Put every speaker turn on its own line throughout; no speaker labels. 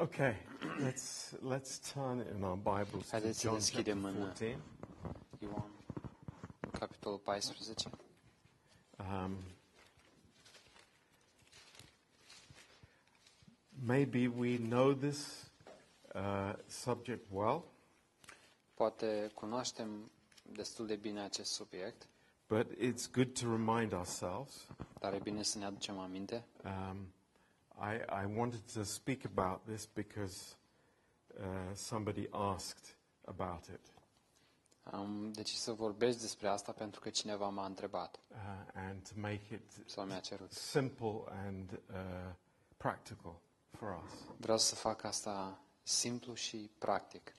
Okay, let's let's turn in our Bibles to
Haideți să
John chapter
deschidem în-
14.
Ioan, capitolul 14.
Um, maybe we know this uh, subject well,
Poate cunoaștem destul de bine acest subiect,
but it's good to remind ourselves.
dar e bine să ne aducem aminte.
Um, I, I wanted to speak about this because uh, somebody asked about it,
Am decis să vorbesc despre asta pentru că cineva m-a întrebat
uh, and to make it
sau mi-a cerut.
simple and uh, practical for us.
Vreau să fac asta simplu și practic.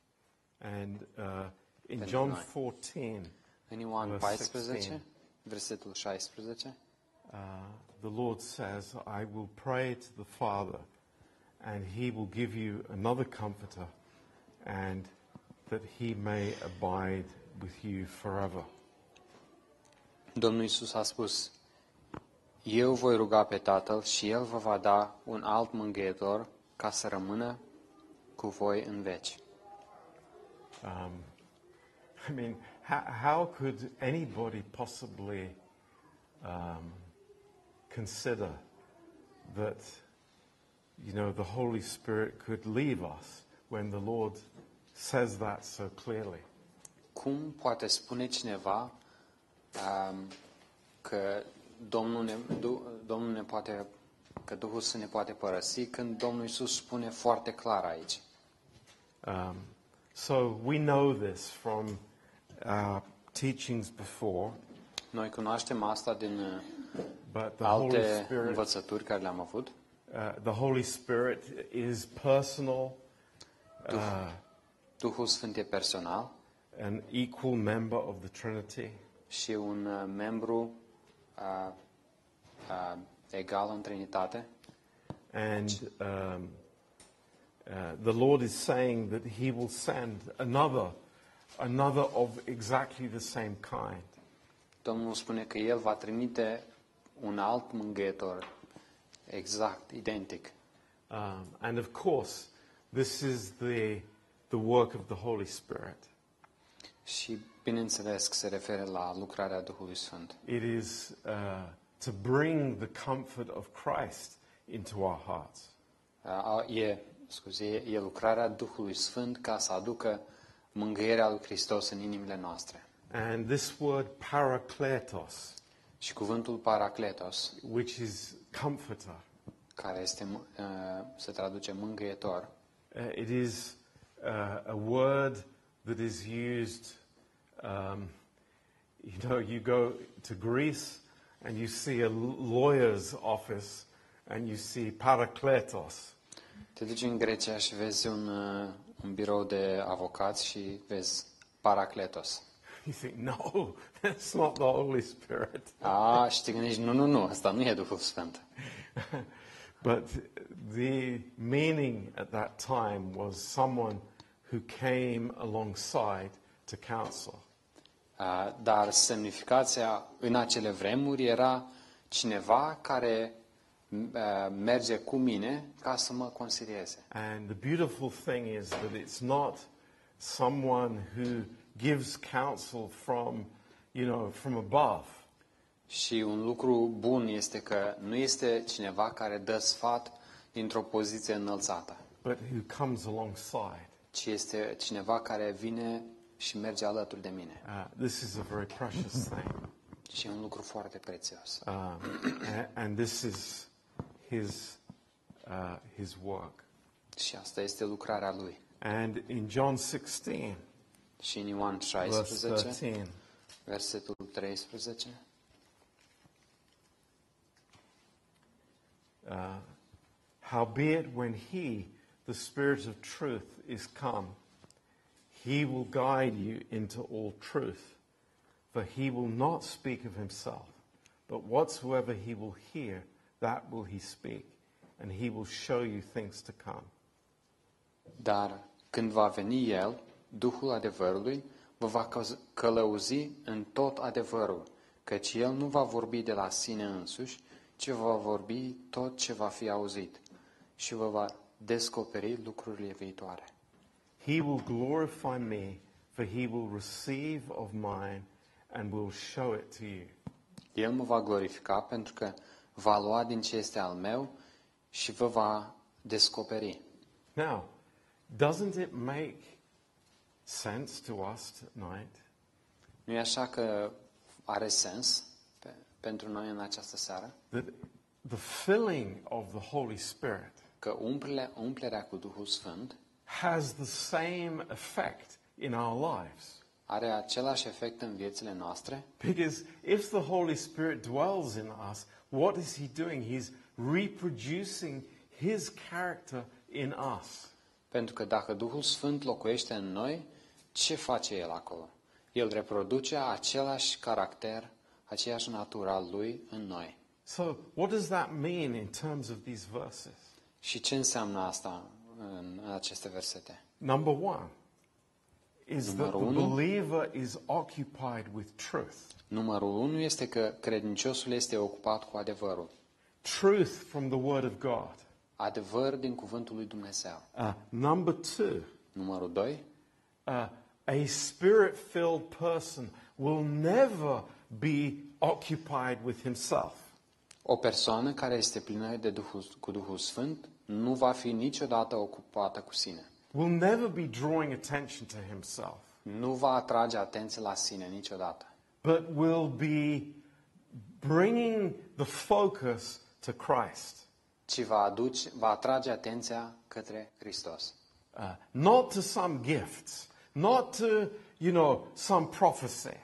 And uh, in
Then
John
tonight.
14,
În Ioan
Verse
14,
16.
versetul 16,
uh, the Lord says, I will pray to the Father, and he will give you another comforter, and that he may abide with you forever.
Domnul Iisus a spus, Eu voi ruga pe Tatăl și El vă va da un alt mângâietor ca să rămână cu voi în veci.
Um, I mean, how, how could anybody possibly um, consider that, you know, the Holy Spirit could leave us when the Lord says that so clearly?
Cum poate spune cineva um, că Domnul ne, Du- Domnul ne poate, că Duhul să ne poate părăsi când Domnul Iisus spune foarte clar aici.
Um, so we know this from our teachings before,
Noi cunoaștem asta din uh,
but the Holy
alte
Spirit,
învățături care le-am avut.
uh, the Holy Spirit is personal,
Duhul Sfânt e personal
an equal member of the Trinity.
și e un uh, membru uh, uh, egal în Trinitate.
And um, uh, the Lord is saying that He will send another, another of exactly the same kind.
Domnul spune că El va trimite un alt mângâietor, exact, identic.
Um, and of course, this is the, the work of the Holy Spirit.
Și, bineînțeles, că se referă la lucrarea Duhului Sfânt.
It is uh, to bring the comfort of Christ into our hearts.
A- a- E, scuze, e e lucrarea Duhului Sfânt ca să aducă mângâierea lui Hristos în inimile noastre.
And this word parakletos,
Și cuvântul paracletos,
which is comforter,
care este, m- uh, se traduce mângâietor,
Uh, it is uh, a word that is used, um, you know, you go to Greece and you see a l- lawyer's office and you see parakletos.
te duci în Grecia și vezi un, uh, un birou de avocați și vezi paracletos.
You think, no, that's not the Holy Spirit.
A, și te gândești, nu, nu, nu, asta nu e Duhul Sfânt.
But the meaning at that time was someone who came alongside to counsel.
Uh, Dar semnificația în acele vremuri era cineva care m- uh, merge cu mine ca să mă consilieze.
And the beautiful thing is that it's not someone who gives counsel from, you know, from above,
Și un lucru bun este că nu este cineva care dă sfat dintr-o poziție înălțată,
but who comes alongside.
ci este cineva care vine și merge alături de mine.
Uh, this is a very precious thing.
Și e un lucru foarte prețios.
Um, a- and this is his, uh, his work.
Și asta este lucrarea lui.
And in John 16,
Și în Ioan
verse
16,
13,
versetul 13,
Howbeit, when he, the Spirit of truth, is come, he will guide you into all truth. For he will not speak of himself, but whatsoever he will hear, that will he speak, and he will show you things to come.
Dar când va veni El, Duhul adevărului, vă va căz- călăuzi în tot adevărul, căci El nu va vorbi de la sine însuși, ci va vorbi tot ce va fi auzit și vă va descoperi lucrurile viitoare.
He will glorify me, for he will receive of mine and will show it to you.
El mă va glorifica pentru că va lua din ce este al meu și vă va descoperi.
Now, doesn't it make sense to us tonight?
Nu e așa că are sens pe, pentru noi în această seară?
that the filling of the Holy Spirit
Că umplele, umplerea cu Duhul Sfânt
has the same effect in our lives.
are același efect în viețile noastre?
Because if the Holy Spirit dwells in us, what is He doing? He's reproducing His character in us.
Pentru că dacă Duhul Sfânt locuiește în noi, ce face El acolo? El reproduce același caracter, aceeași natură al Lui în noi.
So, what does that mean in terms of these verses?
Și ce înseamnă asta în, în aceste versete?
Number one is that the
Numărul unu.
believer is occupied with truth.
Numărul 1 este că credinciosul este ocupat cu adevărul.
Truth from the Word of God.
Adevăr din cuvântul lui Dumnezeu.
Uh, number two,
Numărul 2.
Uh, a spirit filled person will never be occupied with himself.
O persoană care este plină de Duhul, cu Duhul Sfânt nu va fi niciodată ocupată cu sine.
Will never be drawing attention to himself,
Nu va atrage atenție la sine niciodată,
but will be bringing the focus to Christ.
ci va, aduce, va atrage atenția către Hristos.
Uh, not to some gifts, not to, you know, some prophecy,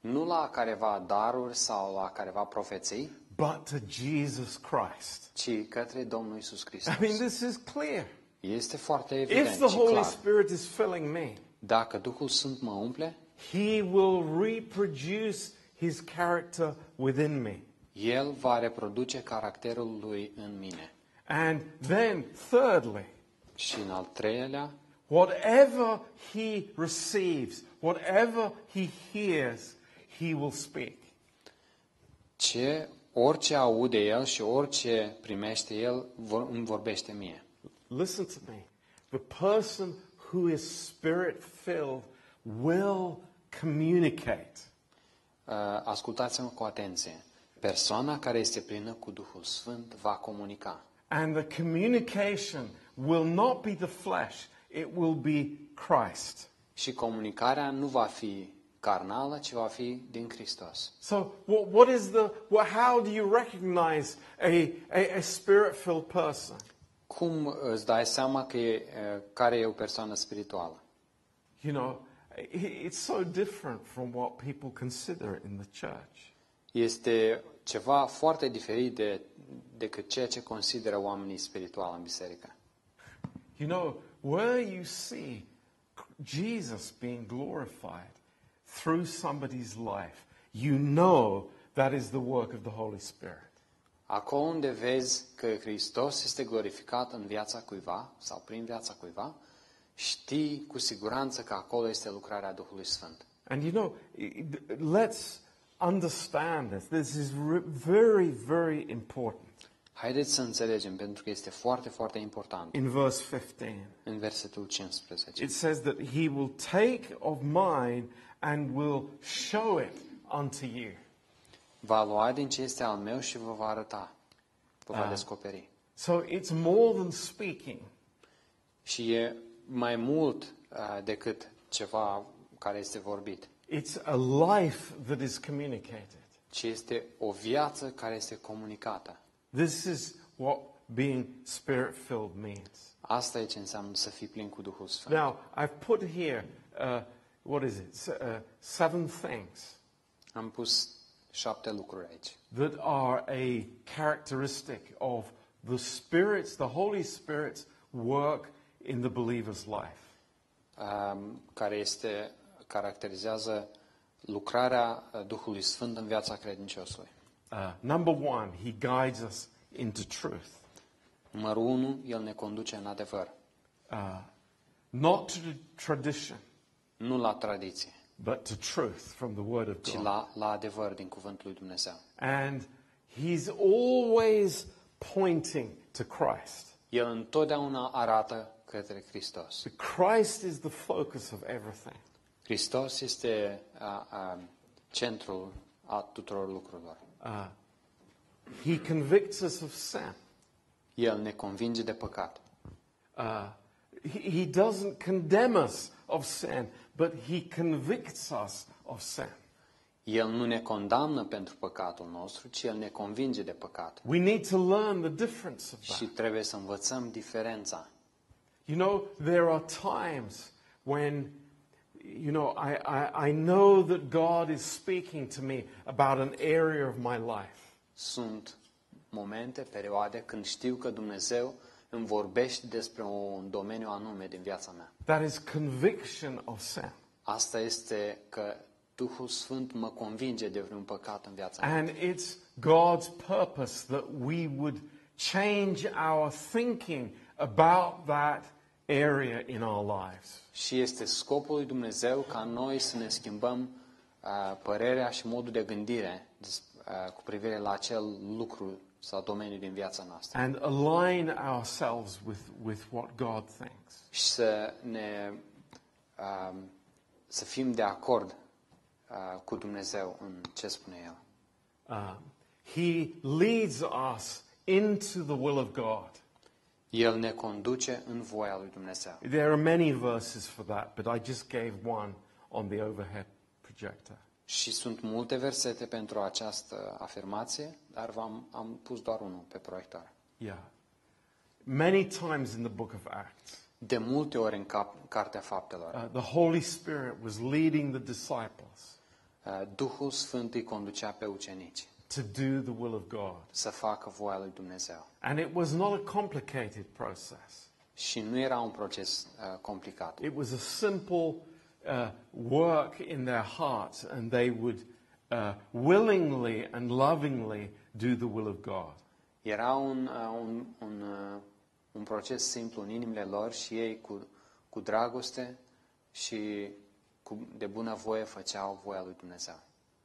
Nu la careva daruri sau la careva profeții,
but to Jesus Christ.
ci către Domnul Isus Hristos.
I mean, this is clear.
Este foarte evident
If the
și
Holy
clar.
Spirit is filling me,
Dacă Duhul Sfânt mă umple,
He will reproduce his character within me.
El va reproduce caracterul Lui în mine.
And then, thirdly,
Și în al treilea,
whatever he receives, whatever he hears, he will speak.
ce orice aude el și orice primește el vor, îmi vorbește mie.
Listen to me. The person who is spirit filled will communicate.
Uh, Ascultați-mă cu atenție. Persoana care este plină cu Duhul Sfânt va comunica.
And the communication will not be the flesh, it will be Christ.
Și comunicarea nu va fi carnală, ci va fi din Hristos.
So, what, what is the, what, how do you recognize a, a, a spirit filled person?
Cum îți dai seama că e, uh, care e o persoană spirituală?
You know, i- it's so different from what people consider in the church.
Este ceva foarte diferit de, decât ceea ce consideră oamenii spirituali în biserică.
You know, where you see Jesus being glorified through somebody's life, you know that is the work of the Holy Spirit.
Acolo unde vezi că Hristos este glorificat în viața cuiva sau prin viața cuiva, știi cu siguranță că acolo este lucrarea Duhului Sfânt.
And you know, i- i- let's understand this. This is re- very, very important.
Haideți să înțelegem, pentru că este foarte, foarte important
In verse 15.
în versetul 15.
It says that he will take of mine and will show it unto you.
Va lua din ce este al meu și vă va arăta, vă va descoperi.
So it's more than speaking,
Și e mai mult uh, decât ceva care este vorbit,
it's a life that is communicated.
ci este o viață care este comunicată.
This is what being spirit filled means.
Asta e ce înseamnă să fii plin cu Duhul Sfânt.
Now, I've put here, uh, what is it, S- uh, seven things
Am pus șapte lucruri aici,
that are a characteristic of the Spirit's, the Holy Spirit's work in the believer's life.
um, care este, caracterizează lucrarea uh, Duhului Sfânt în viața credinciosului.
Uh, number one, he guides us into truth,
Numărul 1, El ne conduce în adevăr,
uh, not to tradition,
nu la tradiție,
but to truth from the Word of
ci
God.
la, la adevăr din Cuvântul lui Dumnezeu.
And he's always pointing to Christ.
El întotdeauna arată către Hristos.
So Christ is the focus of everything.
Hristos este a, a, centrul a tuturor lucrurilor.
Uh, he convicts us of sin.
El ne convinge de păcat.
Uh, he, he doesn't condemn us of sin, but he convicts us of sin.
El nu ne condamnă pentru păcatul nostru, ci El ne convinge de păcat.
We need to learn the difference of
Și
that.
trebuie să învățăm diferența.
You know, there are times when, you know, I, I, I know that God is speaking to me about an area of my life.
Sunt momente, perioade când știu că Dumnezeu îmi vorbește despre un domeniu anume din viața mea.
That is conviction of sin.
Asta este că Duhul Sfânt mă convinge de vreun păcat în viața mea.
And it's God's purpose that we would change our thinking about that area in our lives.
Și este scopul lui Dumnezeu ca noi să ne schimbăm uh, părerea și modul de gândire des- uh, cu privire la acel lucru sau domeniu din viața noastră.
and align ourselves with, with what God thinks.
Și să ne uh, să fim de acord uh, cu Dumnezeu în ce spune El.
Um, he leads us into the will of God.
El ne conduce în voia lui Dumnezeu.
There are many verses for that, but I just gave one on the overhead projector.
Și sunt multe versete pentru această afirmație, dar v-am am pus doar unul pe proiectoare.
Yeah. Many times in the book of Acts,
De multe ori în cap, Cartea Faptelor,
uh, the Holy Spirit was leading the disciples
Uh, Duhul Sfânt îi conducea pe ucenici
to do the will of God.
să facă voia lui Dumnezeu.
And it was not a complicated process.
Și nu era un proces uh, complicat.
It was a simple uh, work in their hearts, and they would uh, willingly and lovingly do the will of God.
Era un, uh, un, un, uh, un proces simplu în inimile lor și ei cu, cu dragoste și cu, de bună voie făceau voia lui Dumnezeu.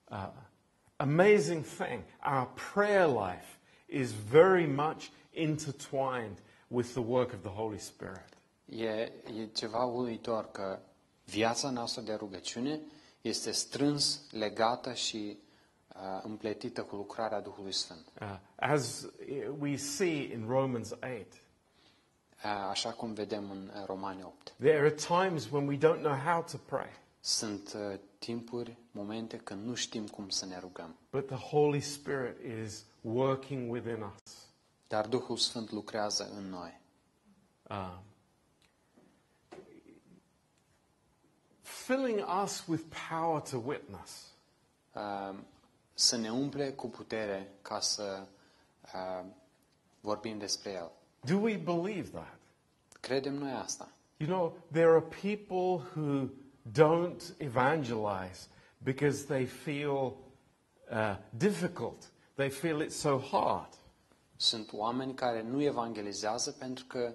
Uh, amazing thing, our prayer life is very much intertwined with the work of the Holy Spirit.
E, e ceva uluitor că viața noastră de rugăciune este strâns legată și uh, împletită cu lucrarea Duhului Sfânt.
Uh, as uh, we see in Romans 8,
Uh, așa cum vedem în uh, Romani 8.
there are times when we don't know how to pray,
Sunt uh, timpuri, momente când nu știm cum să ne rugăm,
but the Holy Spirit is working within us.
dar Duhul Sfânt lucrează în noi.
um, filling us with power to witness.
Uh, Să ne umple cu putere ca să uh, vorbim despre El.
Do we believe that?
Credem noi asta.
You know, there are people who don't evangelize because they feel uh, difficult. They feel it's so hard.
Sunt oameni care nu evangelizează pentru că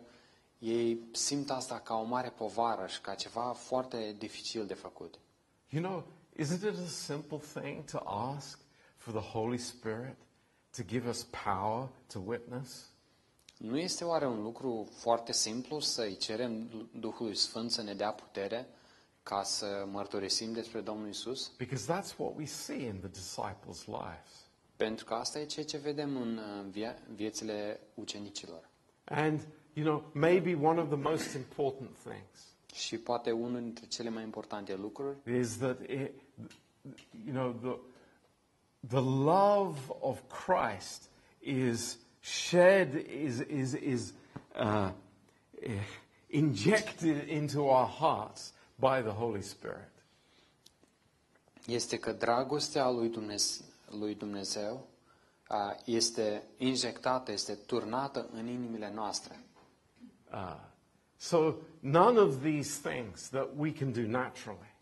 ei simt asta ca o mare povară și ca ceva foarte dificil de făcut.
You know, isn't it a simple thing to ask for the Holy Spirit to give us power to witness?
Nu este oare un lucru foarte simplu să-i cerem Duhului Sfânt să ne dea putere ca să mărturisim despre Domnul Isus?
Because that's what we see in the disciples' lives.
Pentru că asta e ceea ce vedem în uh, via- viețile ucenicilor.
And, you know, maybe one of the most important things
Și poate unul dintre cele mai importante lucruri
is that, it, you know, the, the love of Christ is shed, is, is, is uh, eh, injected into our hearts by the Holy Spirit.
este că dragostea lui Dumnezeu, lui Dumnezeu uh, este injectată, este turnată în inimile noastre.
Uh, so none of these things that we can do naturally.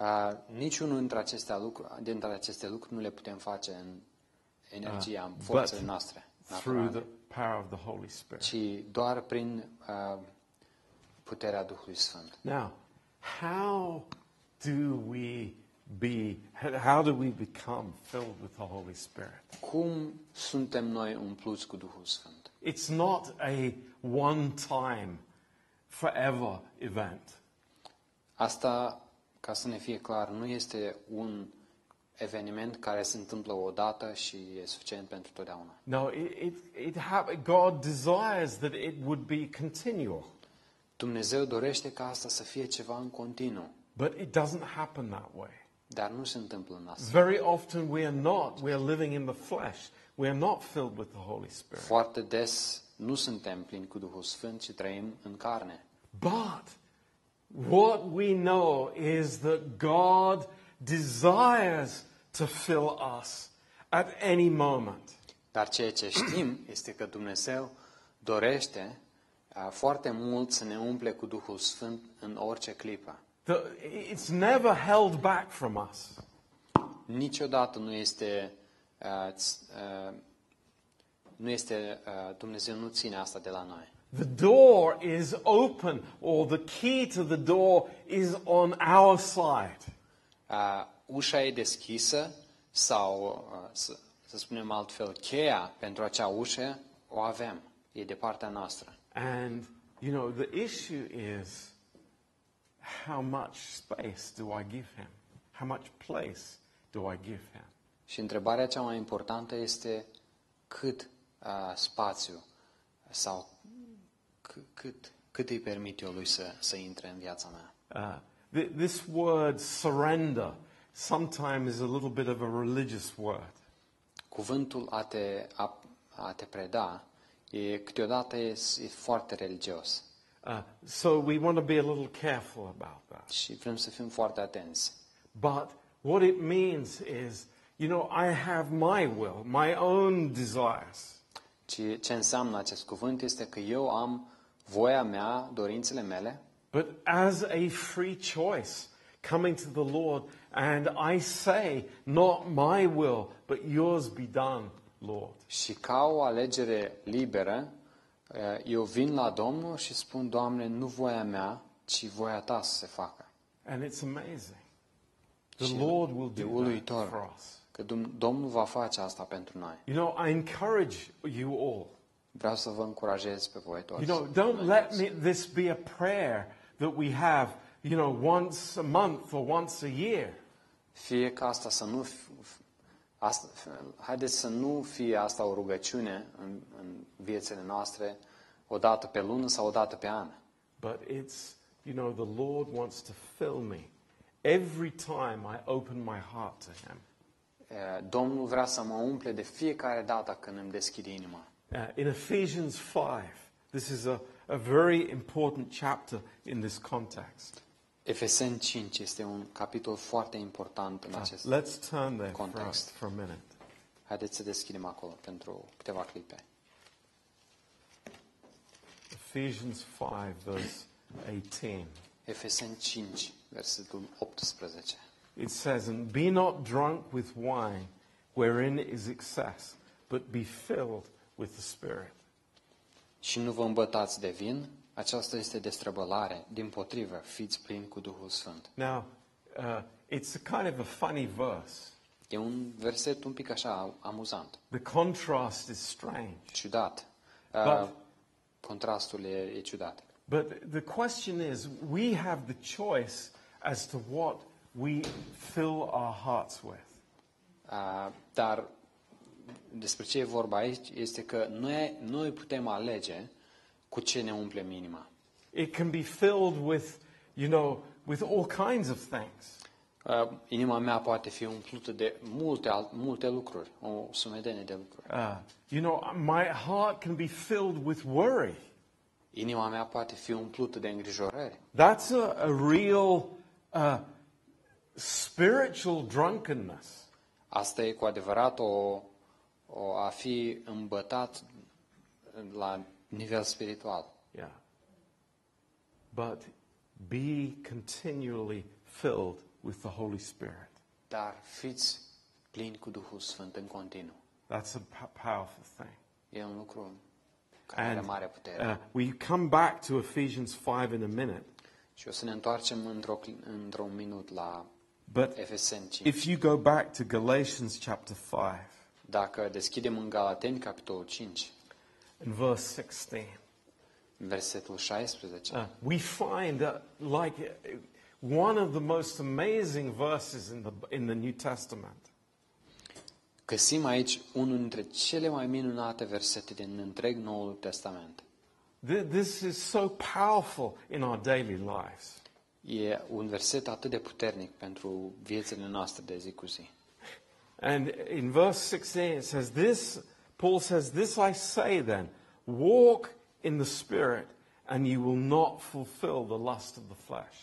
Uh, Niciunul dintre aceste, lucruri, dintre aceste lucruri nu le putem face în energia, în
Ah, but
forțele noastre,
Through
naturale,
the power of the Holy Spirit.
ci doar prin uh, puterea Duhului Sfânt.
Now, how do we be, how do we become filled with the Holy Spirit?
Cum suntem noi umpluți cu Duhul Sfânt?
It's not a one time, forever event.
Asta, ca să ne fie clar, nu este un eveniment care se întâmplă odată și e suficient pentru totdeauna.
No, it, it, it hap- God desires that it would be continual,
Dumnezeu dorește ca asta să fie ceva în continuu,
but it doesn't happen that way.
dar nu se întâmplă în asta.
Very often we are not, we are living in the flesh. We are not filled with the Holy Spirit.
Foarte des nu suntem plini cu Duhul Sfânt, ci trăim în carne.
But what we know is that God desires to fill us at any moment.
Dar ceea ce știm este că Dumnezeu dorește a, foarte mult să ne umple cu Duhul Sfânt în orice clipă.
The, it's never held back from us.
Niciodată nu este a, ț- a, nu este a, Dumnezeu nu ține asta de la noi.
The door is open, or the key to the door is on our side.
A, Uh, Ușa e deschisă sau a, să, să spunem altfel, cheia pentru acea ușă o avem. E de partea noastră.
And, you know, the issue is how much space do I give him? How much place do I give him?
Și întrebarea cea mai importantă este cât uh, spațiu sau c- cât, cât îi permit eu lui să, să intre în viața mea.
Uh, th- this word surrender sometimes is a little bit of a religious word.
Cuvântul a te, a, a te preda e câteodată e, s- e foarte religios
Uh, so we want to be a little careful about that.
și vrem să fim foarte atenți.
But what it means is, you know, I have my will, my own desires.
Ce, ce înseamnă acest cuvânt este că eu am voia mea, dorințele mele,
But as a free choice coming to the Lord, and I say, Not my will, but yours be done, Lord.
Și ca o alegere liberă, eu vin la Domnul și spun, Doamne, nu voia mea, ci voia Ta să se facă.
And it's amazing. The Lord will
E
do that for
uluitor
us.
că Dum- Domnul va face asta pentru noi.
You know, I encourage you all.
Vreau să vă încurajez pe voi
You
toți.
know, don't let me, this be a prayer that we have, you know, once a month or once a year.
Fie ca asta să nu... f- f- Asta, f- haideți să nu fie asta o rugăciune în, în viețile noastre o dată pe lună sau o dată pe an.
But it's, you know, the Lord wants to fill me every time I open my heart to Him.
Eh, Domnul vrea să mă umple de fiecare dată când îmi deschid inima.
Uh, in Ephesians 5, this is a, a very important chapter in this context.
Efeseni 5 este un capitol foarte important în acest.
Let's turn there for, a-
Context.
for a minute.
Haideți să deschidem acolo pentru câteva clipe.
Ephesians 5, verse 18.
Efeseni 5, versetul 18.
It says, And be not drunk with wine, wherein is excess, but be filled with the Spirit.
Și nu vă îmbătați de vin, aceasta este destrăbălare, din potrivă, fiți plini cu Duhul Sfânt.
Now, uh, it's a kind of a funny verse.
E un verset un pic așa amuzant,
The contrast is strange.
ciudat.
Da.
Uh, contrastul e, e ciudat.
But the question is we have the choice as to what we fill our hearts with.
Uh, dar despre ce e vorba aici este că noi, noi putem alege cu ce ne umplem inima.
It can be filled with, you know, with all kinds of things.
Uh, Inima mea poate fi umplută de multe, al- multe lucruri, o sumedenie de lucruri.
Uh, you know, my heart can be filled with worry.
Inima mea poate fi umplută de îngrijorări.
That's a, a real uh, spiritual drunkenness.
Asta e cu adevărat o, o a fi îmbătat la nivel spiritual.
Yeah. But be continually filled with the Holy Spirit.
Dar fiți plini cu Duhul Sfânt în continuu.
That's a p- powerful thing.
E un lucru care are
And
mare putere.
uh, we come back to Ephesians 5 in a minute.
Și o să ne întoarcem într-o, cl- într-un minut la
But
Efeseni 5.
if you go back to Galatians chapter 5,
Dacă deschidem în Galateni, capitolul 5,
in verse 16.
În versetul 16.
Uh, we find that, like, uh, one of the most amazing verses in the, in the New Testament.
Găsim aici unul dintre cele mai minunate versete din întreg Noul Testament.
Th- This is so powerful in our daily lives.
E un verset atât de puternic pentru viețile noastre de zi cu zi.
And in verse 16, it says, This, Paul says, This I say then, walk in the Spirit, and you will not fulfill the lust of the flesh.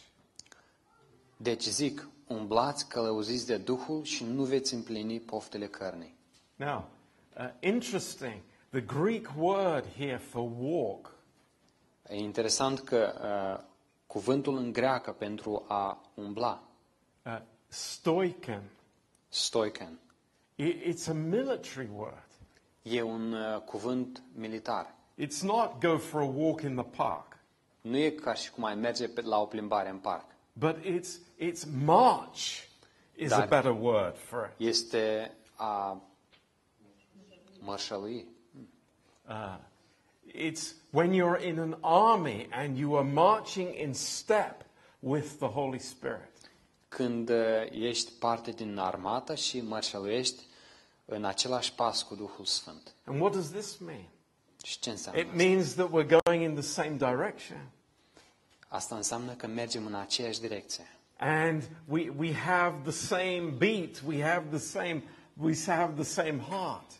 Deci zic, umblați călăuziți de Duhul și nu veți împlini poftele cărnii.
Now, uh, interesting, the Greek word here for walk
E interesant că uh, cuvântul în greacă pentru a umbla,
uh, stoiken.
stoiken,
I- It's a military word.
e un uh, cuvânt militar.
It's not go for a walk in the park,
Nu e ca și cum ai merge pe, la o plimbare în parc.
but it's it's march is a
Dar-
better word for it.
Este a mărșălui.
Uh, it's when you're in an army and you are marching in step with the Holy Spirit.
Când uh, ești parte din armată și mărșăluiești în același pas cu Duhul Sfânt.
And what does this mean?
Și ce înseamnă
It
asta?
means that we're going in the same direction.
Asta înseamnă că mergem în aceeași direcție.
And we, we have the same beat, we have the same, we have the same heart.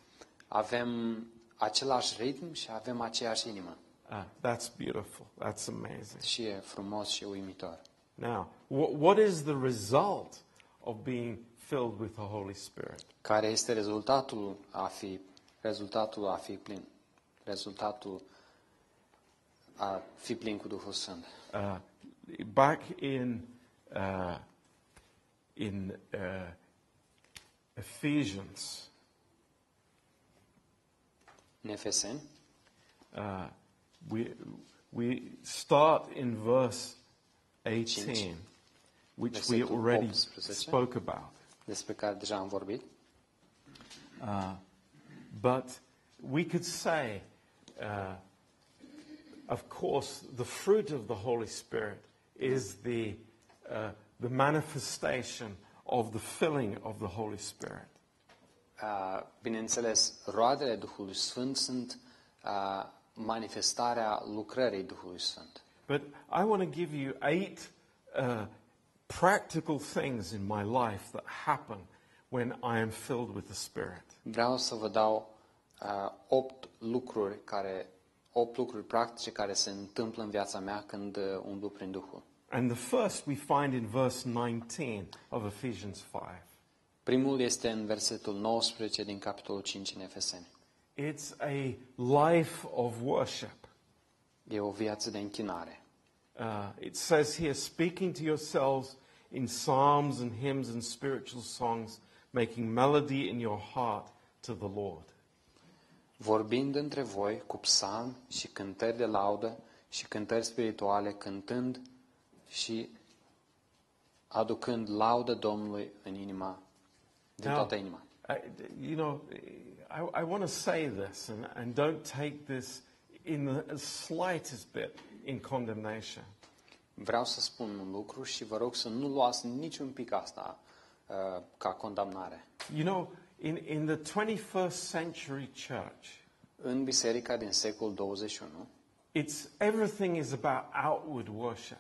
Avem același ritm și avem aceeași inimă.
Uh, that's beautiful. That's amazing.
Și e frumos și uimitor.
Now, wh- what is the result of being filled with the Holy Spirit?
Care este rezultatul a fi, rezultatul a fi plin? Rezultatul a fi plin cu Duhul Sfânt.
Uh, back in uh, in uh, Ephesians,
În Efeseni,
uh, we we start in verse 18, which we
Versetul
already
18.
spoke about.
despre care deja am vorbit,
Uh, but we could say, uh, of course, the fruit of the Holy Spirit is the, uh, the manifestation of the filling of the Holy Spirit.
a, bineînțeles, roadele Duhului Sfânt sunt a, manifestarea lucrării Duhului Sfânt.
But I want to give you eight uh, practical things in my life that happen when I am filled with the Spirit.
Vreau să vă dau uh, opt lucruri care opt lucruri practice care se întâmplă în viața mea când uh, umblu prin Duhul.
And the first we find in verse 19 of Ephesians 5.
Primul este în versetul 19 din capitolul 5 în Efeseni.
It's a life of worship.
E o viață de închinare.
Uh, it says here, speaking to yourselves in psalms and hymns and spiritual songs, making melody in your heart to the Lord.
Vorbind între voi cu psalmi și cântări de laudă și cântări spirituale, cântând și aducând laudă Domnului în inima, din
Now,
toată inima.
I, you know, I, I want to say this, and, and don't take this in the slightest bit in condemnation.
Vreau să spun un lucru și vă rog să nu luați niciun pic asta uh, ca condamnare.
You know, in, in the 21st century church,
În biserica din secolul 21,
it's, everything is about outward worship.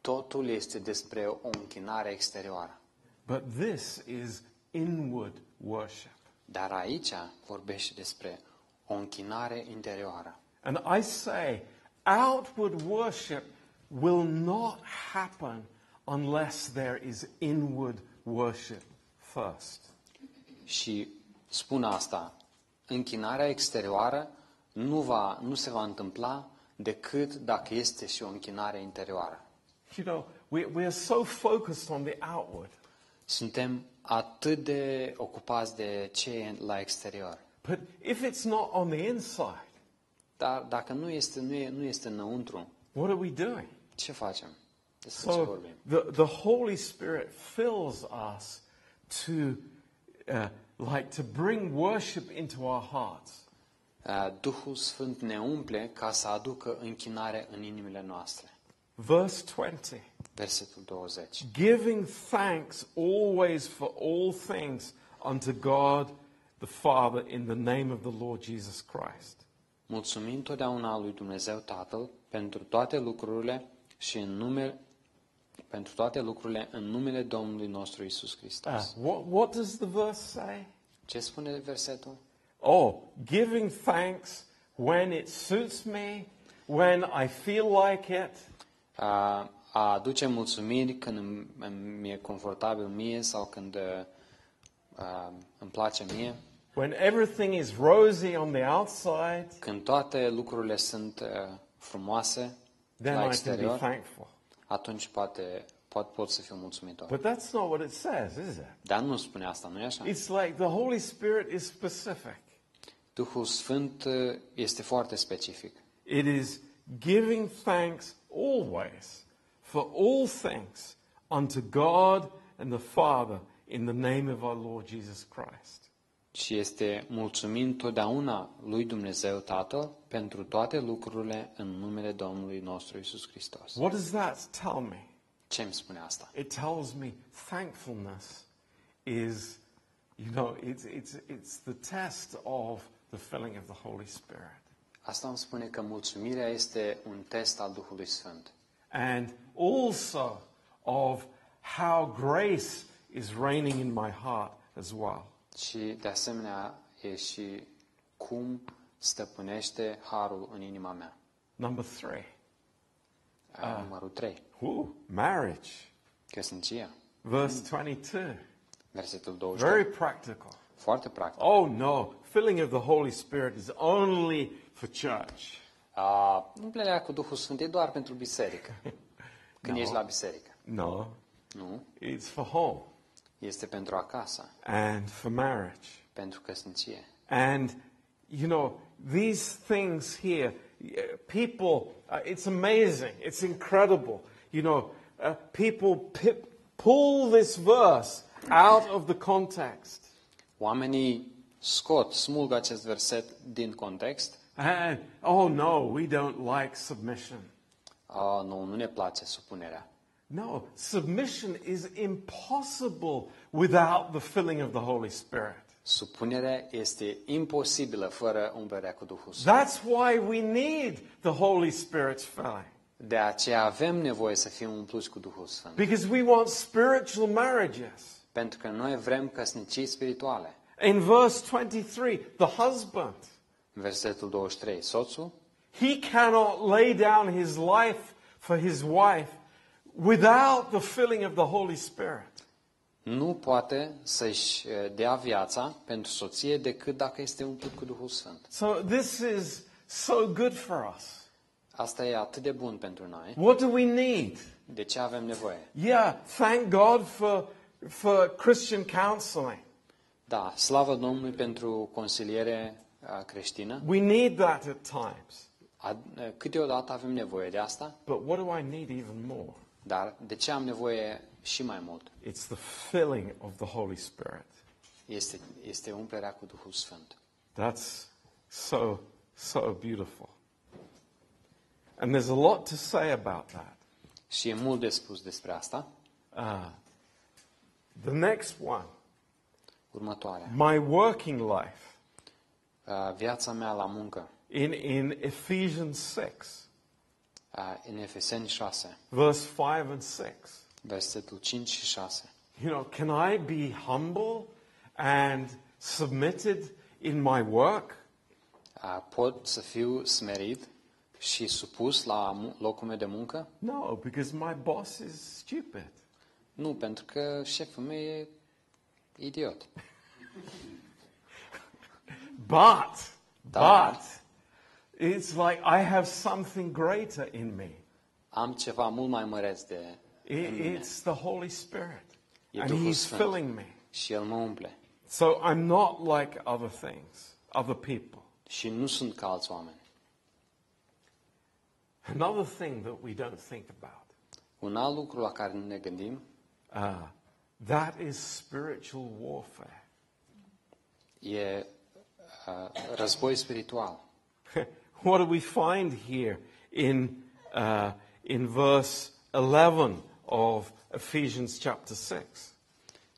totul este despre o închinare exterioară.
But this is inward worship.
Dar aici vorbește despre o închinare interioară.
And I say, outward worship will not happen unless there is inward worship first.
Și spun asta, închinarea exterioară nu, va, nu se va întâmpla decât dacă este și o închinare interioară.
You know, we, we are so focused on the outward,
Suntem atât de ocupați de ce e la exterior.
but if it's not on the inside,
Dar dacă nu este, nu, e, nu este înăuntru,
what are we doing?
ce facem? Despre ce
So
vorbim?
the, the Holy Spirit fills us to, uh, like, to bring worship into our hearts.
uh, Duhul Sfânt ne umple ca să aducă închinare în inimile noastre.
Verse 20
Versetul 20.
giving thanks always for all things unto God the Father in the name of the Lord Jesus Christ.
Mulțumim totdeauna lui Dumnezeu Tatăl pentru toate lucrurile și în nume, pentru toate lucrurile în numele Domnului nostru Isus
Uh,
Hristos.
what, what does the verse say?
Ce spune versetul?
Oh, giving thanks when it suits me, when I feel like it,
A, a aduce mulțumiri când îmi- îmi- mi-e confortabil mie sau când a, îmi place mie,
when everything is rosy on the outside,
când toate lucrurile sunt a, frumoase
then I
la
can be
exterior,
thankful.
atunci poate pot, pot să fiu mulțumitor.
But that's not what it says, is it?
Dar nu spune asta, nu e așa?
It's like the Holy Spirit is specific.
Duhul Sfânt a, este foarte specific.
It is giving thanks always for all things unto God and the Father in the name of our Lord Jesus Christ.
Și este mulțumind totdeauna lui Dumnezeu Tatăl pentru toate lucrurile în numele Domnului nostru Isus Hristos.
What does that tell me?
Ce îmi spune asta?
It tells me thankfulness is, you know, it's, it's, it's the test of the filling of the Holy Spirit.
Asta îmi spune că mulțumirea este un test al Duhului Sfânt
And also of how grace is reigning in my heart as well.
și, de asemenea, e și cum stăpânește harul în inima mea.
Number three.
A. Numărul 3,
Ooh, marriage.
căsnicia,
Verse 22.
versetul 20.
Very practical.
Foarte practic.
Oh no, filling of the Holy Spirit is only for church.
A, umplerea cu Duhul Sfânt e doar pentru biserică, când ești la biserică.
No,
Nu,
it's for home
este pentru acasă,
and for marriage.
pentru căsnicie.
And, you know, these things here, eh, people, uh, it's amazing, it's incredible. You know, uh, people pip, pull this verse out of the context.
Oamenii scot, smulg acest verset din context.
And, oh no, we don't like submission.
A, nu, nu ne place supunerea.
No, submission is impossible without the filling of the Holy Spirit.
Supunerea este imposibilă fără umbrerea cu Duhul Sfânt.
That's why we need the Holy Spirit's filling.
De aceea avem nevoie să fim umpluți cu Duhul Sfânt.
Because we want spiritual marriages.
Pentru că noi vrem căsnicii spirituale.
In verse 23, the husband,
Versetul 23. Soțul
he cannot lay down his life for his wife without the filling of the Holy Spirit.
nu poate să-și eh, dea viața pentru soție decât dacă este umplut cu Duhul Sfânt.
So this is so good for us.
Asta e atât de bun pentru noi.
What do we need?
De ce avem nevoie?
Yeah, thank God for, for Christian counseling.
Da, slavă Domnului pentru consiliere eh, creștină.
We need that at times.
Ad- Câteodată avem nevoie de asta,
But what do I need even more?
dar de ce am nevoie și mai mult?
It's the filling of the Holy Spirit.
Este, este umplerea cu Duhul Sfânt.
That's so, so beautiful. And there's a lot to say about that.
Și e mult de spus despre asta.
Uh, the next one
Următoarea.
my working life
Uh, Viața mea la muncă.
in, in Ephesians 6,
Uh, În Efeseni 6,
verse 5 and 6.
versetul 5 și 6.
You know, can I be humble and submitted in my work?
Uh, Pot să fiu smerit și supus la mu- locul meu de muncă?
No, because my boss is stupid.
Nu, pentru că șeful meu e idiot.
But,
Darn.
but, it's like I have something greater in me.
Am ceva mult mai măreț de
I- it's the Holy Spirit.
E
and
Duhul
He's
Sfânt.
filling me.
și el mă umple.
So I'm not like other things, other people.
Și nu sunt ca alți oameni.
Another thing that we don't think about
Un alt lucru la care nu ne gândim
uh, that is spiritual warfare.
e uh, război spiritual.
what do we find here in, uh, in verse 11 of Ephesians chapter 6?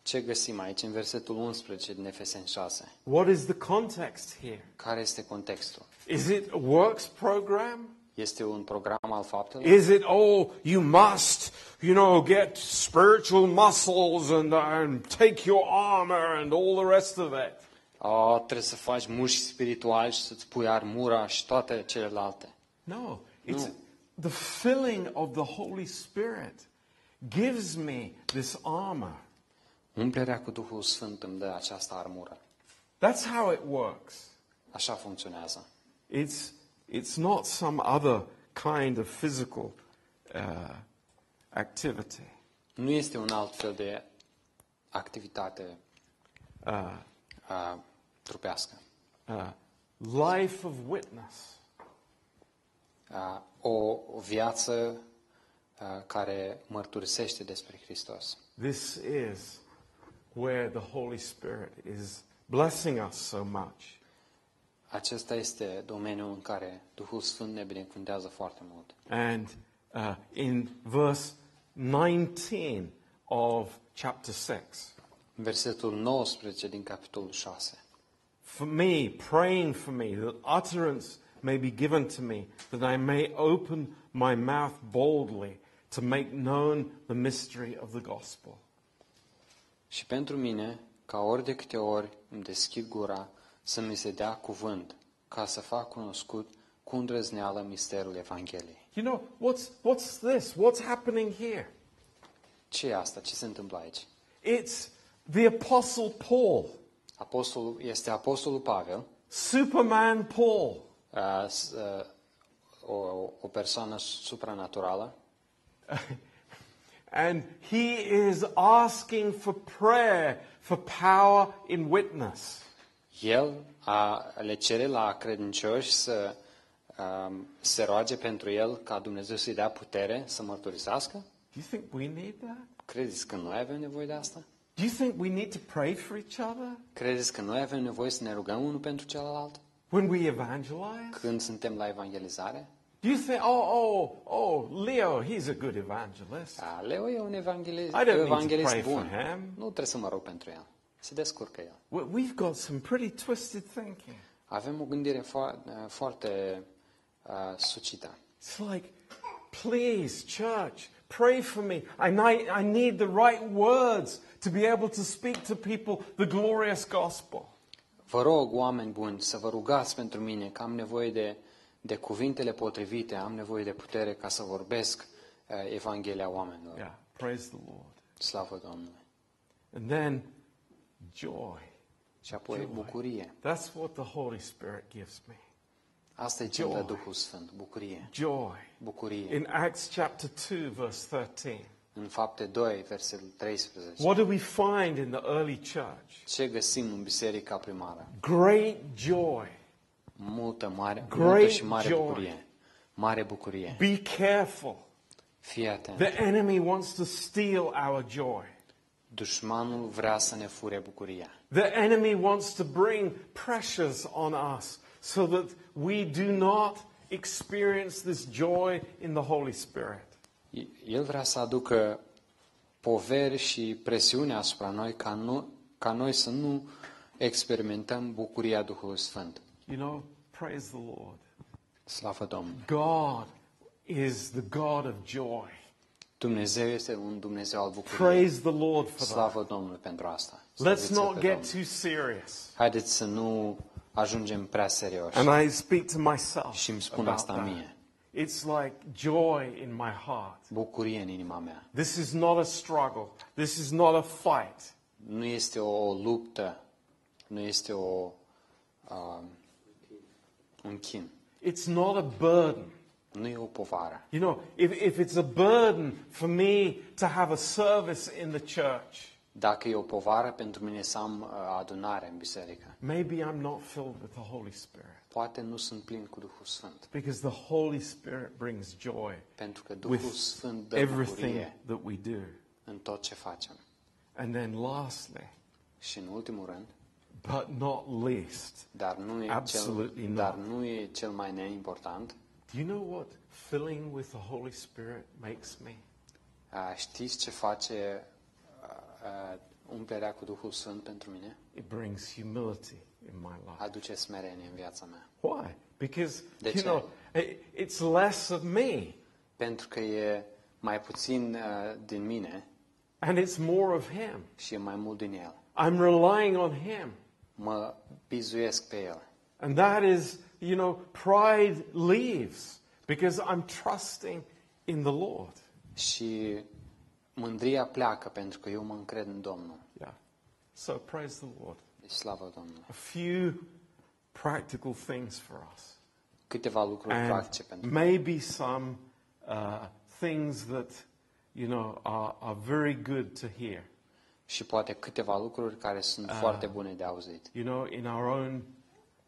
Ce găsim aici în versetul 11 din Efeseni 6?
What is the context here?
Care este contextul?
Is it a works program?
Este un program al faptelor?
Is it, oh, you must, you know, get spiritual muscles and, uh, and take your armor and all the rest of it?
A, trebuie să faci mușchi spirituali și să-ți pui armura și toate celelalte.
No, it's the filling of the Holy Spirit gives me this armor.
Umplerea cu Duhul Sfânt îmi dă această armură.
That's how it works.
Așa funcționează.
It's, it's not some other kind of physical uh, activity.
Nu este un alt fel de activitate
Uh,
a, trupească.
uh, life of witness.
A, o viață a, care mărturisește despre Hristos.
This is where the Holy Spirit is blessing us so much.
Acesta este domeniul în care Duhul Sfânt ne binecuvântează foarte mult.
And uh, in verse 19 of chapter 6,
În Versetul 19 din capitolul 6.
for me, praying for me, that utterance may be given to me, that I may open my mouth boldly to make known the mystery of the gospel.
Și pentru mine, ca ori de câte ori îmi deschid gura, să mi se dea cuvânt, ca să fac cunoscut cu îndrăzneală misterul Evangheliei.
You know, what's, what's this? What's happening here?
Ce e asta? Ce se întâmplă aici?
It's the Apostle Paul,
Apostolul, este Apostolul Pavel,
Superman Paul,
a, s- a, o, o persoană supranaturală,
and he is asking for prayer for power in witness.
el a, le cere la credincioși să a, se roage pentru el ca Dumnezeu să-i dea putere să mărturisească?
Do you think we need that?
Credeți că noi avem nevoie de asta?
Do you think we need to pray for each other
Credeți că noi avem nevoie să ne rugăm unul pentru celălalt?
when we evangelize?
când suntem la evangelizare,
Do you think, oh, oh, oh, Leo, he's a good evangelist.
a, Leo e un evangelist,
I don't need to
evangelist
pray for
bun.
him.
Nu trebuie să mă rog pentru el. Se descurcă el.
We- We've got some pretty twisted thinking.
Avem o gândire fo- foarte uh, sucită.
It's like, please, church, pray for me. I, ni- I need the right words to be able to speak to people the glorious gospel.
Vă rog, oameni buni, să vă rugați pentru mine, că am nevoie de, de cuvintele potrivite, am nevoie de putere ca să vorbesc uh, Evanghelia oamenilor.
Yeah, praise the Lord.
Slavă Domnului!
And then joy.
Și apoi bucurie.
That's what the Holy Spirit gives me.
Asta e ce îmi dă
Joy.
Duhul Sfânt, bucurie.
Joy.
Bucurie.
In Acts chapter 2, verse 13,
În fapte 2, versetul 13.
what do we find in the early church?
Ce găsim în biserica primară?
Great joy.
Multă, mare,
Great
multă și mare
joy.
bucurie. Mare bucurie.
Be careful.
Fii atent.
The enemy wants to steal our joy.
Dușmanul vrea să ne fure bucuria.
The enemy wants to bring pressures on us so that we do not experience this joy in the Holy Spirit.
I- El vrea să aducă poveri și presiune asupra noi ca, nu, ca noi să nu experimentăm bucuria Duhului Sfânt.
You know, praise the Lord.
Slavă Domnului!
God is the God of joy.
Dumnezeu este un Dumnezeu al bucuriei.
Praise the Lord for that.
Slavă Domnului pentru asta.
Let's
Slăviți-L
not
pe
get
Domnul.
too serious.
Haideți să nu ajungem prea serioși.
And I speak to myself.
Și îmi spun
About
asta
that.
mie.
It's like joy in my heart.
Bucurie în inima mea.
This is not a struggle. This is not a fight.
nu este o luptă, nu este o, uh, un chin,
It's not a burden.
nu e o povară.
You know, if, if it's a burden for me to have a service in the church,
Dacă e o povară pentru mine să am uh, adunare în biserică,
maybe I'm not filled with the Holy Spirit.
poate nu sunt plin cu Duhul Sfânt,
Because the Holy Spirit brings joy
pentru că Duhul
with
Sfânt dă
everything
bucurie
that we do.
în tot ce facem.
And then lastly,
Și în ultimul rând,
but not least.
Dar nu e, cel,
Absolutely not.
dar nu e cel mai neimportant.
Do you know what filling with the Holy Spirit makes me?
A, uh, Știți ce face a, a, umplerea cu Duhul Sfânt pentru mine?
It brings humility in my life.
Aduce smerenie în viața mea.
Why? Because,
That's
you know, it, it's less of me
Pentru că e mai puțin a, din mine
and it's more of Him.
și e mai mult din El.
I'm relying on Him.
Mă bizuiesc pe El.
And that is, you know, pride leaves because I'm trusting in the Lord.
Și mândria pleacă pentru că eu mă încred în Domnul.
Yeah. So praise the Lord.
Deci slavă Domnului.
A few practical things for us.
Câteva lucruri practice pentru
And maybe some uh, things that, you know, are, are very good to hear,
și poate câteva lucruri care
Ah.
sunt foarte bune de auzit
you know, in our own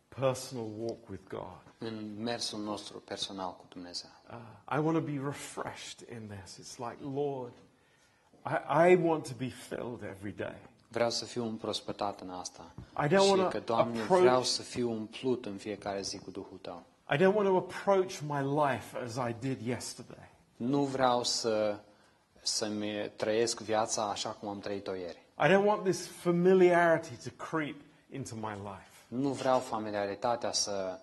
personal walk with God.
în mersul nostru personal cu Dumnezeu.
Uh, I want to be refreshed in this. It's like, Lord, I, I want to be filled every day.
Vreau să fiu împrospătat în asta.
I don't
și
wanna
că, Doamne,
approach-
vreau să fiu umplut în fiecare zi cu Duhul Tău.
I don't want to approach my life as I did yesterday.
Nu vreau să să-mi trăiesc viața așa cum am trăit-o ieri.
I don't want this familiarity to creep into my life.
Nu vreau familiaritatea să,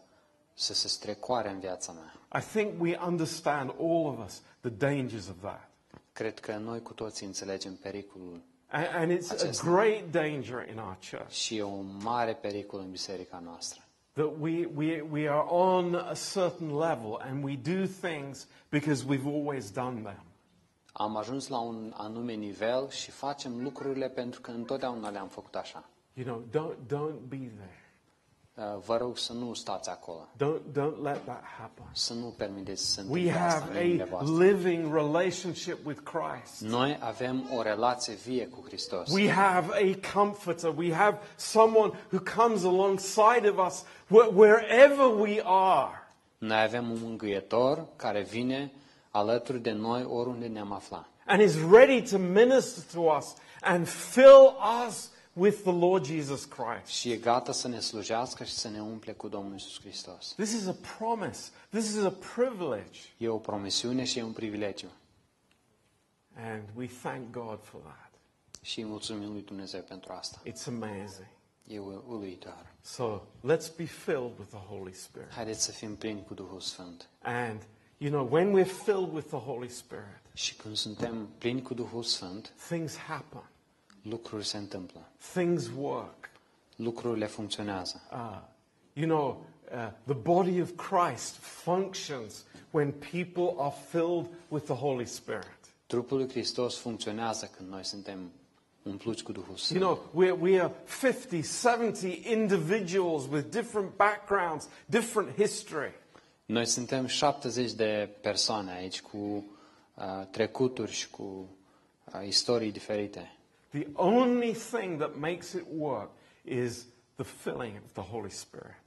să se strecoare în viața mea.
I think we understand, all of us, the dangers of that.
Cred că noi cu toții înțelegem pericolul
And, and it's a great danger in our church
și e un mare pericol în biserica noastră.
that we, we, we are on a certain level and we do things because we've always done them.
Am ajuns la un anume nivel și facem lucrurile pentru că întotdeauna le-am făcut așa.
You know, don't, don't be there.
Uh, Vă rog să nu stați acolo.
Don't, don't let that happen.
Să nu permiteți să se
We
întâmple asta
have
în inimile
a
voastre.
living relationship with Christ.
Noi avem o relație vie cu Hristos.
We have a comforter. We have someone who comes alongside of us wh- wherever we are.
Noi avem un mângâietor care vine alături de noi oriunde ne-am afla
and is ready to minister to us and fill us with the Lord Jesus Christ.
și e gata să ne slujească și să ne umple cu Domnul Isus Hristos.
This is a promise. This is a privilege.
E o promisiune și e un privilegiu.
And we thank God for that.
Și îi mulțumim lui Dumnezeu pentru asta.
It's amazing.
E u- uluitor.
So let's be filled with the Holy Spirit.
Haideți să fim plini cu Duhul Sfânt.
And, you know, when we're filled with the Holy Spirit,
Și când suntem plini cu Duhul Sfânt,
things happen,
lucruri se întâmplă.
things work.
Lucrurile funcționează.
Uh, you know, uh, the body of Christ functions when people are filled with the Holy Spirit.
Trupul lui Hristos funcționează când noi suntem umpluți cu Duhul
You
Sfânt.
know, we're, we are 50, 70 individuals with different backgrounds, different history.
Noi suntem 70 de persoane aici cu uh, trecuturi și cu uh, istorii diferite.
The only thing that makes it work is the filling of the Holy Spirit.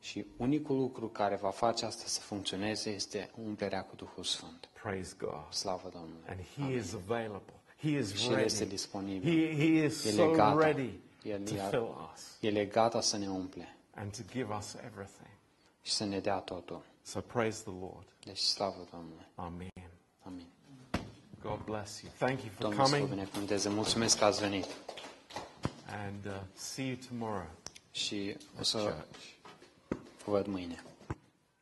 Și unicul lucru care va face asta să funcționeze este umplerea cu Duhul Sfânt.
Praise God.
Slavă Domnului!
And He is available. He is
Și El este
ready.
disponibil.
He, he is
El e
so
gata.
ready
El
to
e-
fill us
El e gata să ne umple
and to give us everything.
și să ne dea totul.
So praise the Lord.
Deci slavă Domnului!
Amen.
Amin.
God bless you. Thank you for
Domnul să vă
coming
binecuvânteze. Mulțumesc că ați venit.
and uh, see you tomorrow
Și o
at
să
church.
vă văd mâine.